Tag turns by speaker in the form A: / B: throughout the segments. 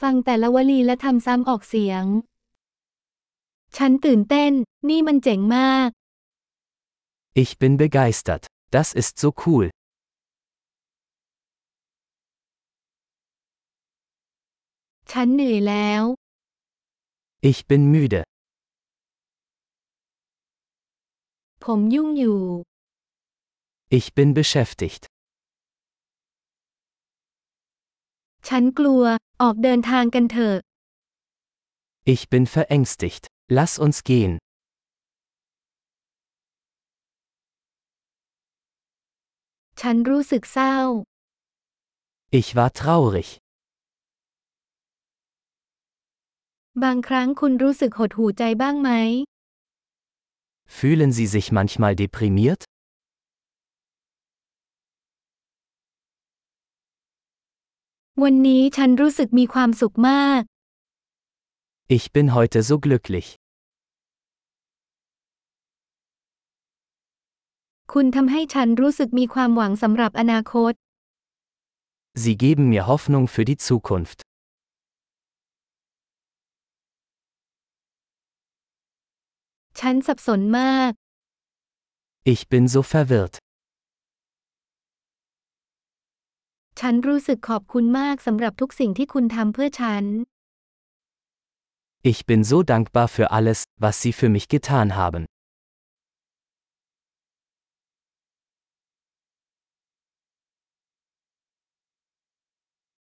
A: ฟังแต่ละวลีและทำซ้ำออกเสียง ฉันตื่นเต้น นี่มันเจ๋งมาก
B: Ich bin begeistert. Das ist so cool.
A: ฉันเหนื่อยแล้ว
B: Ich bin müde.
A: ผมยุ่งอยู่
B: Ich bin beschäftigt.
A: ฉันกลัว ออกเดินทางกันเถอะ
B: Ich bin verängstigt. Lass uns gehen.
A: ฉันรู้สึกเศร้า
B: Ich war traurig.
A: บางครั้งคุณรู้สึกหดหู่ใจบ้างไหม
B: Fühlen Sie sich manchmal deprimiert?
A: วันนี้ฉันรู้สึกมีความสุขมาก
B: Ich bin heute so glücklich.
A: คุณทำให้ฉันรู้สึกมีความหวังสำหรับอนาคต
B: Sie geben mir Hoffnung für die Zukunft.
A: ฉันสับสนมาก
B: Ich bin so verwirrt.
A: ฉันรู้สึกขอบคุณมากสำหรับทุกสิ่งที่คุณทำเพื่อฉัน
B: Ich bin so dankbar für alles, was Sie für mich getan haben.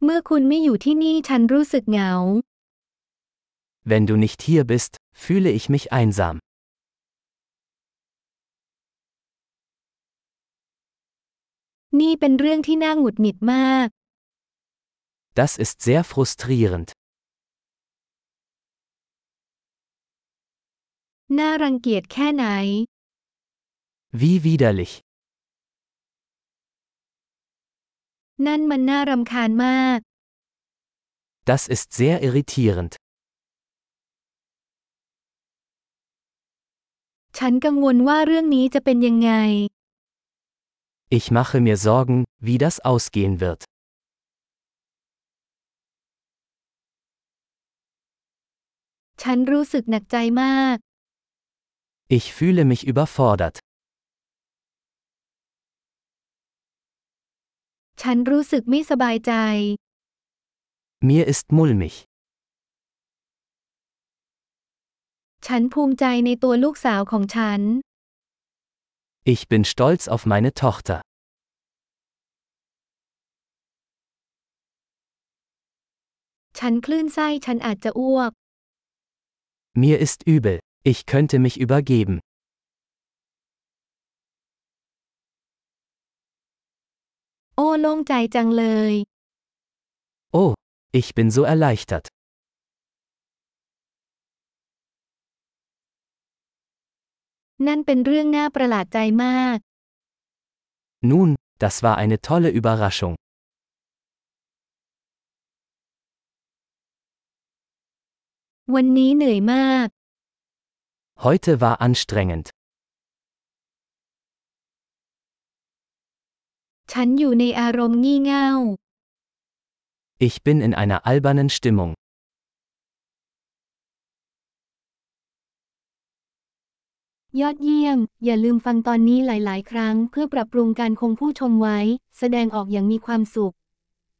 A: เมื่อคุณไม่อยู่ที่นี่ฉันรู้สึกเหงา
B: Wenn du nicht hier bist, fühle ich mich einsam.
A: นี่เป็นเรื่องที่น่าหงุดหงิดมาก
B: Das ist sehr frustrierend.
A: น่ารังเกียจแค่ไหน
B: Wie widerlich.
A: นั่นมันน่ารำคาญมาก
B: Das ist sehr irritierend.
A: ฉันกังวลว่าเรื่องนี้จะเป็นยังไง
B: Ich mache mir Sorgen, wie das ausgehen wird.
A: ฉันรู้สึกหนักใจมาก
B: Ich fühle mich überfordert.
A: ฉันรู้สึกไม่สบายใจ
B: Mir ist mulmig.
A: ฉันภูมิใจในตัวลูกสาวของฉัน
B: Ich bin stolz auf meine Tochter.
A: ฉันคลื่นไส้ฉันอาจจะอ้วก
B: Mir ist übel. Ich könnte mich übergeben.
A: โอ้โล่งใจจังเลย
B: Oh, ich bin so erleichtert.
A: นั่นเป็นเรื่องน่าประหลาดใจมาก
B: Nun, das war eine tolle Überraschung.
A: วันนี้เหนื่อยมาก
B: Heute war anstrengend.
A: ฉันอยู่ในอารมณ์งี่เง่า
B: Ich bin in einer albernen Stimmung.
A: ยอดเยี่ยม อย่าลืมฟังตอนนี้หลาย ๆ ครั้ง เพื่อปรับปรุงการคงผู้ชมไว้ แสดงออกอย่างมีความสุข